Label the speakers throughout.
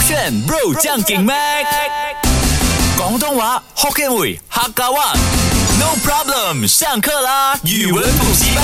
Speaker 1: 选 Bro 将劲 Mac，广东话 Hokkien 语客家话。No problem，上课啦！语文补习班。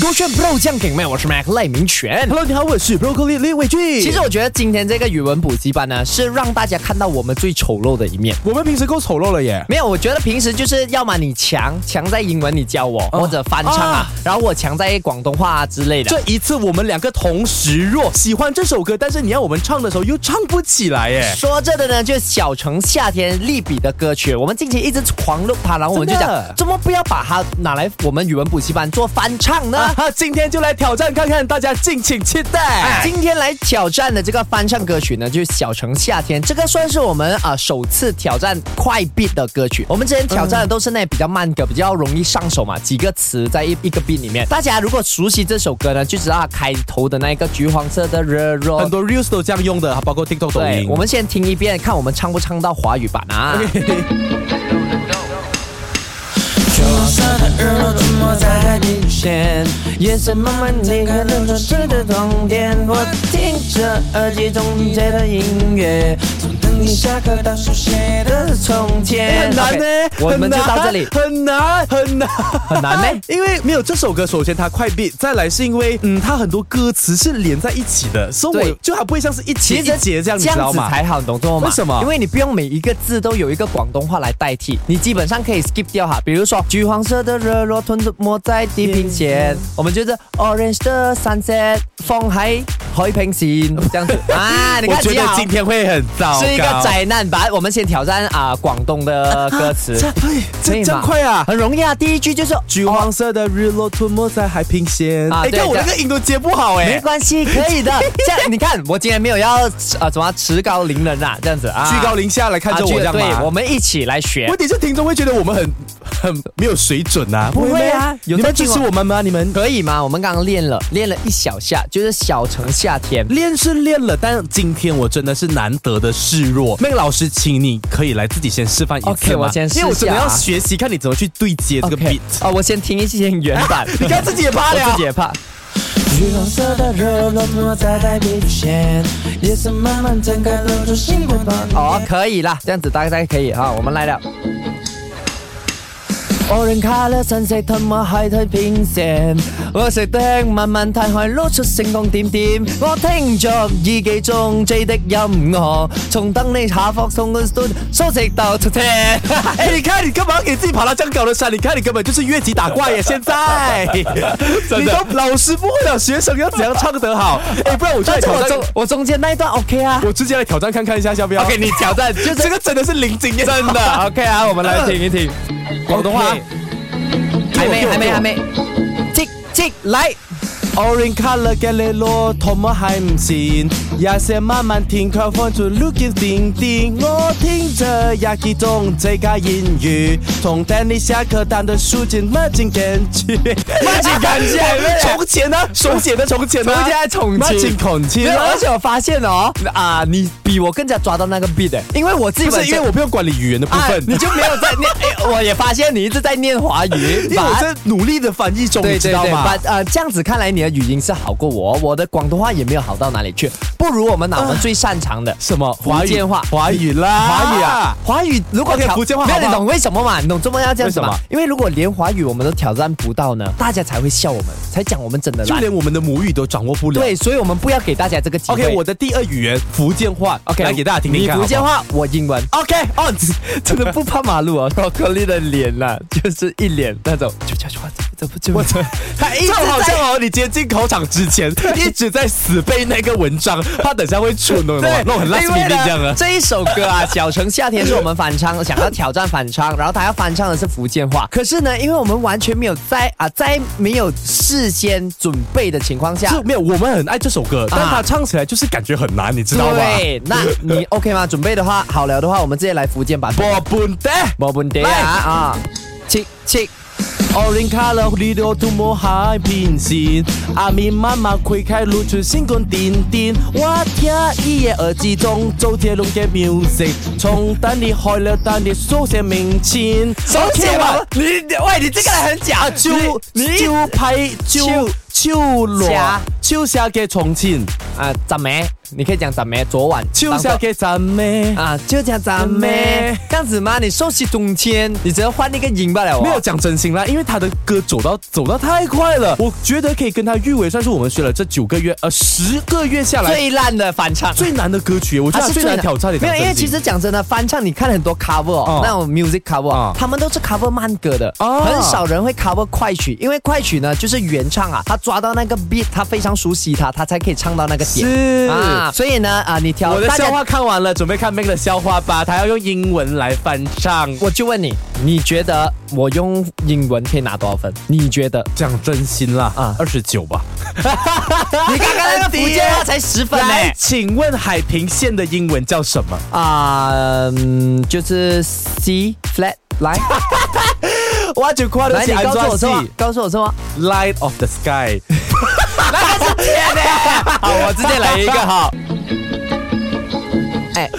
Speaker 2: 勾选 Pro 酱给妹，我是 Mac 赖明全。
Speaker 3: Hello，你好，我是 Broccoli 李伟俊。
Speaker 2: 其实我觉得今天这个语文补习班呢，是让大家看到我们最丑陋的一面。
Speaker 3: 我们平时够丑陋 了耶。
Speaker 2: 没有，我觉得平时就是要么你强强在英文，你教我、或者翻唱啊，
Speaker 3: 哦啊
Speaker 2: 然后我强在广东话啊之类的
Speaker 3: 这。一次我们两个同时弱，喜欢这首歌，但是你要我们唱的时候又唱不起 来耶。
Speaker 2: 说这的呢，就是小城夏天利比的歌曲，我们近期一直狂录它，然后我们就
Speaker 3: 真
Speaker 2: 讲
Speaker 3: 的，
Speaker 2: 怎么不要把它拿来我们语文补习班做翻唱呢？
Speaker 3: 啊哈， 今天就来挑战看看，大家敬请期
Speaker 2: 哎
Speaker 3: 待。
Speaker 2: 今天来挑战的这个翻唱歌曲呢，就是《小城夏天》，这个算是我们啊、首次挑战快 beat 的歌曲。我们之前挑战的都是那比较慢歌，比较容易上手嘛，几个词在一一个 beat 里面。大家如果熟悉这首歌呢，就知道它开头的那一个橘黄色的热热。
Speaker 3: 很多 reels 都这样用的，包括 TikTok 抖
Speaker 2: 对
Speaker 3: 音。，
Speaker 2: 我们先听一遍，看我们唱不唱到华语版啊。
Speaker 4: 橘黄色的日落沉没在海平线，夜色慢慢离开了城市的光点。我听着耳机中DJ 的音乐，从等你下课到手写的从前。
Speaker 3: 很难呢
Speaker 2: OK，我 们就到这里
Speaker 3: 很难很难
Speaker 2: 很
Speaker 3: 很
Speaker 2: 难咩
Speaker 3: 因为没有这首歌，首先它快 beat，再来是因为嗯，它很多歌词是连在一起的，所以
Speaker 2: 对
Speaker 3: 我就还不会像是一节
Speaker 2: 其
Speaker 3: 一
Speaker 2: 实
Speaker 3: 节这样，你知道
Speaker 2: 子
Speaker 3: 吗？
Speaker 2: 才好，你懂吗？
Speaker 3: 为什么
Speaker 2: 因为你不用每一个字都有一个广东话来代替，你基本上可以 skip 掉哈。比如说，橘黄色的日落吞没在地平线，
Speaker 3: 嗯
Speaker 2: 我们就是 orange 的 sunset 放喺海平线这样 子啊。你
Speaker 3: 我
Speaker 2: 看
Speaker 3: 觉
Speaker 2: 几
Speaker 3: 得
Speaker 2: 好
Speaker 3: 今。天会很糟糕，
Speaker 2: 是一个灾难版，我们先挑战啊、广东的歌词，
Speaker 3: 这哎
Speaker 2: 可以
Speaker 3: 这
Speaker 2: 吗
Speaker 3: 这样快啊！
Speaker 2: 很容易啊。第一句就是
Speaker 3: 橘黄色的日落吞没在海平线。
Speaker 2: 啊
Speaker 3: 哎，
Speaker 2: 对
Speaker 3: 看我
Speaker 2: 这
Speaker 3: 那个音都接不好
Speaker 2: 没
Speaker 3: 哎。
Speaker 2: 关系，可 以的。这样你看，我今天没有要呃什么持高凌人啊，这样子啊，
Speaker 3: 居高临下来看着我
Speaker 2: 啊
Speaker 3: 这样
Speaker 2: 对，我
Speaker 3: 吗？
Speaker 2: 们一起来学。
Speaker 3: 问题是听众会觉得我们很很没有水准啊，
Speaker 2: 不会啊
Speaker 3: 吗
Speaker 2: 有
Speaker 3: 你
Speaker 2: 在
Speaker 3: 们
Speaker 2: 听
Speaker 3: 支
Speaker 2: 我
Speaker 3: 持我们吗？你们
Speaker 2: 可以吗？我们刚刚练了，练了一小下，就是小城夏天。
Speaker 3: 练是练了，但今天我真的是难得的示弱。那个老师，请你可以来自己先示范一次吗
Speaker 2: OK，我先试一下
Speaker 3: 因为我真的要学习，看你怎么去对接这个 beat。
Speaker 2: 啊，我先听一些原版。
Speaker 3: 你看自己也怕了
Speaker 2: 我自己也怕。
Speaker 4: 橘黄色的日落沉没在海平线，夜色慢慢展开，露出星光斑点。
Speaker 2: 哦，可以啦，这样子大概可以啊。我们来了。Orange colour sunset 吞沒海體變成，我食的慢慢太海攞出星光點點，我聽着耳機中 J 的音樂，從等你下課送個 stone，梳直到出車。
Speaker 3: 哎，你看你干嘛要给自己爬到这样高的山？你看你根本就是越级打怪耶！现在，
Speaker 2: 真的
Speaker 3: 你都老师不会了，学生要怎样唱得 好？哎，不然 我就来
Speaker 2: 但是
Speaker 3: 挑
Speaker 2: 我
Speaker 3: 战
Speaker 2: 中，我中间那一段 OK 啊。
Speaker 3: 我直接来挑战看看一下，要不要
Speaker 2: OK，你挑战就
Speaker 3: 这个真的是零经验，真
Speaker 2: 的 OK 啊，我们来听一听广东话
Speaker 3: OK，
Speaker 2: 还没
Speaker 3: 给我
Speaker 2: 还没
Speaker 3: 给我
Speaker 2: 还没，即即来
Speaker 3: Orange color 嘅你攞同我海唔線，夜色慢慢停靠放住 looking 點點，我聽着日記中最佳英語，從 Danny 下課彈的書簡慢進感 覺，慢
Speaker 2: 進感覺
Speaker 3: 從前呢？手寫的從前呢？
Speaker 2: 重现在重
Speaker 3: 慢
Speaker 2: 庆
Speaker 3: 進。孔
Speaker 2: 没
Speaker 3: 前
Speaker 2: 有
Speaker 3: 呢。
Speaker 2: 而且我发现哦，啊，你比我更加抓到那个 beat，的因为我自己
Speaker 3: 不
Speaker 2: 本
Speaker 3: 是
Speaker 2: 身
Speaker 3: 因为我不用管理语言的部
Speaker 2: 啊
Speaker 3: 分，，
Speaker 2: 你就没有 在念，哎我也发现你一直在念华语
Speaker 3: 因为我
Speaker 2: ，but-
Speaker 3: 在努力的翻译中，
Speaker 2: 对
Speaker 3: 你知
Speaker 2: 对
Speaker 3: 道
Speaker 2: 对，
Speaker 3: 吗
Speaker 2: 把？呃这样子看来你的语音是好过我，我的广东话也没有好到哪里去，不如我们拿我们最擅长的
Speaker 3: 什么华
Speaker 2: 福
Speaker 3: 语
Speaker 2: 建话
Speaker 3: 华语啦，
Speaker 2: 华语啊，华语如果
Speaker 3: OK，
Speaker 2: 挑
Speaker 3: 福建话
Speaker 2: 没有
Speaker 3: 好不
Speaker 2: 你
Speaker 3: 好
Speaker 2: 懂为什么嘛？你懂中文要这样子
Speaker 3: 为
Speaker 2: 吗
Speaker 3: 什么？
Speaker 2: 因为如果连华语我们都挑战不到呢，大家才会笑我们，才讲我们真的
Speaker 3: 就
Speaker 2: 烂。
Speaker 3: 连我们的母语都掌握不了。
Speaker 2: 对，所以我们不要给大家这个机会。
Speaker 3: OK，我的第二语言福建话
Speaker 2: OK
Speaker 3: 来给大家听听
Speaker 2: 你
Speaker 3: 看。
Speaker 2: 福建
Speaker 3: 好
Speaker 2: 话，我英文。哦
Speaker 3: 不好，OK 哦 on，
Speaker 2: 真的不怕马路啊 r o c k l y 的脸呐、就是一脸那种，就就就这不就
Speaker 3: 我操， 他一直好像哦，你今天进口场之 前一直在死背那个文章，怕等下会蠢哦，
Speaker 2: 对，
Speaker 3: 弄很烂
Speaker 2: 因
Speaker 3: 逼
Speaker 2: 为呢
Speaker 3: 这样啊。
Speaker 2: 这一首歌 啊，《小城夏天》是我们反唱，想要挑战反唱，然后他要翻唱的是福建话。可是呢，因为我们完全没有在啊，在没有事先准备的情况下，
Speaker 3: 是没有，我们很爱这首歌，但
Speaker 2: 啊
Speaker 3: 他唱起来就是感觉很难，你知道吗？
Speaker 2: 对，那你 OK 吗？准备的话，好聊的话，我们直接来福建版本。
Speaker 3: 我不得。
Speaker 2: 冇问题啊
Speaker 3: 来
Speaker 2: 啊，切切，
Speaker 3: Orange color，你都涂抹海平线。阿咪妈妈推开露出星光点点。我听伊的耳机中周杰伦嘅 music，从等你开了单的手写名签。
Speaker 2: 手写吗
Speaker 3: 你喂，你这个很假，就
Speaker 2: 你你
Speaker 3: 就拍就
Speaker 2: 手
Speaker 3: 就裸
Speaker 2: 假
Speaker 3: 就下嘅重庆。
Speaker 2: 啊，怎么？你可以讲咱们昨晚
Speaker 3: 秋下给咱们。
Speaker 2: 啊，就讲咱们这样子吗？你收起中间，你只能换那个音罢了、哦。
Speaker 3: 没有，讲真心啦，因为他的歌走到走到太快了，我觉得可以跟他誉为算是我们学了这九个月呃十个月下来
Speaker 2: 最烂的翻唱。啊
Speaker 3: 最难的歌曲，我觉得它最难挑战的。
Speaker 2: 没有，因为
Speaker 3: 讲真心
Speaker 2: 其实讲真的，翻唱你看很多 cover 哦
Speaker 3: 嗯，
Speaker 2: 那种 music cover，哦
Speaker 3: 嗯
Speaker 2: 他们都是 cover 慢歌的，
Speaker 3: 哦
Speaker 2: 很少人会 cover 快曲，因为快曲呢就是原唱啊，他抓到那个 beat，他非常熟悉它，他才可以唱到那个点
Speaker 3: 是。
Speaker 2: 啊。所以呢，啊，你挑
Speaker 3: 我的
Speaker 2: 大家
Speaker 3: 笑话看完了，准备看 Meg 的笑话吧。他要用英文来翻唱。
Speaker 2: 我就问你，你觉得我用英文可以拿多少分？你觉得？
Speaker 3: 讲真心啦，
Speaker 2: 啊
Speaker 3: 啊，二十九吧。
Speaker 2: 你刚刚那个福建话才十分呢、
Speaker 3: 来，请问海平线的英文叫什么？
Speaker 2: 啊、嗯，就是 C flat 来，
Speaker 3: 我就夸
Speaker 2: 来你告诉我什么？告诉我什么？
Speaker 3: Light of the Sky。
Speaker 2: 好，我直接来一个哈。哎。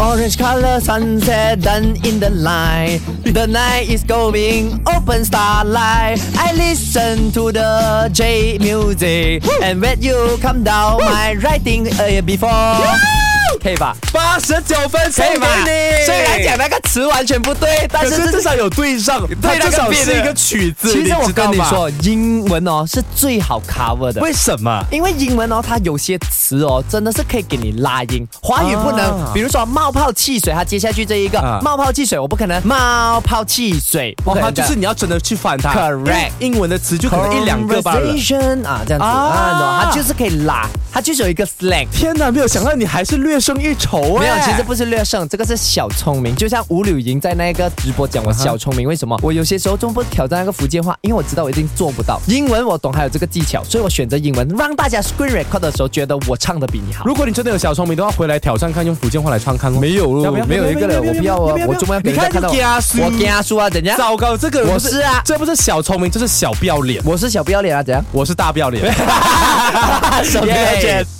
Speaker 2: Orange color sunset done in the light. The night is going open starlight. I listen to the J music and when you come down my writing uh, before. 可以吧？
Speaker 3: 八十九分送
Speaker 2: 可
Speaker 3: 给
Speaker 2: 以吧？
Speaker 3: 你。
Speaker 2: 虽然讲那个词完全不对，但
Speaker 3: 可
Speaker 2: 是
Speaker 3: 是至少有对上，它
Speaker 2: 对那个
Speaker 3: 至少
Speaker 2: 变的
Speaker 3: 是一个曲子。
Speaker 2: 其实我
Speaker 3: 知道
Speaker 2: 跟你
Speaker 3: 吧，
Speaker 2: 说，英文哦是最好 cover 的。
Speaker 3: 为什么？
Speaker 2: 因为英文哦，它有些词哦，真的是可以给你拉音。华语不能，
Speaker 3: 啊
Speaker 2: 比如说冒泡汽水，它接下去这一个、
Speaker 3: 啊
Speaker 2: 冒泡汽水，我不可能冒泡汽水，不
Speaker 3: 哦
Speaker 2: 可，能
Speaker 3: 它
Speaker 2: 的、
Speaker 3: 就是你要真的去翻它。
Speaker 2: Correct
Speaker 3: 因为英文的词就可能一两个罢了。
Speaker 2: Conversation 啊，这样子
Speaker 3: 啊
Speaker 2: 啊，懂吗它就是可以拉，它就是有一个 slang。
Speaker 3: 天哪，没有想到你还是略胜一筹哎。
Speaker 2: 没有，其实不是略胜，这个是小聪明。就像吴柳莹在那个直播讲我小聪明，为什么？我有些时候中不挑战那个福建话，因为我知道我一定做不到。英文我懂，还有这个技巧，所以我选择英文，让大家 screen record 的时候觉得我唱的比你好。
Speaker 3: 如果你真的有小聪明的话，回来挑战看，用福建话来唱看咯。
Speaker 2: 没有
Speaker 3: 要不要
Speaker 2: 没有一个人，
Speaker 3: 要不要
Speaker 2: 我不要啊
Speaker 3: 要不！要
Speaker 2: 我中文
Speaker 3: 你看
Speaker 2: 看到
Speaker 3: 你怕输
Speaker 2: 我加输啊，怎样？
Speaker 3: 糟糕，这个人不
Speaker 2: 我是啊
Speaker 3: 这不是小聪明，这是小不要脸。
Speaker 2: 我是小不要脸啊，怎样？
Speaker 3: 我是大不要脸。
Speaker 2: 什么
Speaker 3: Yeah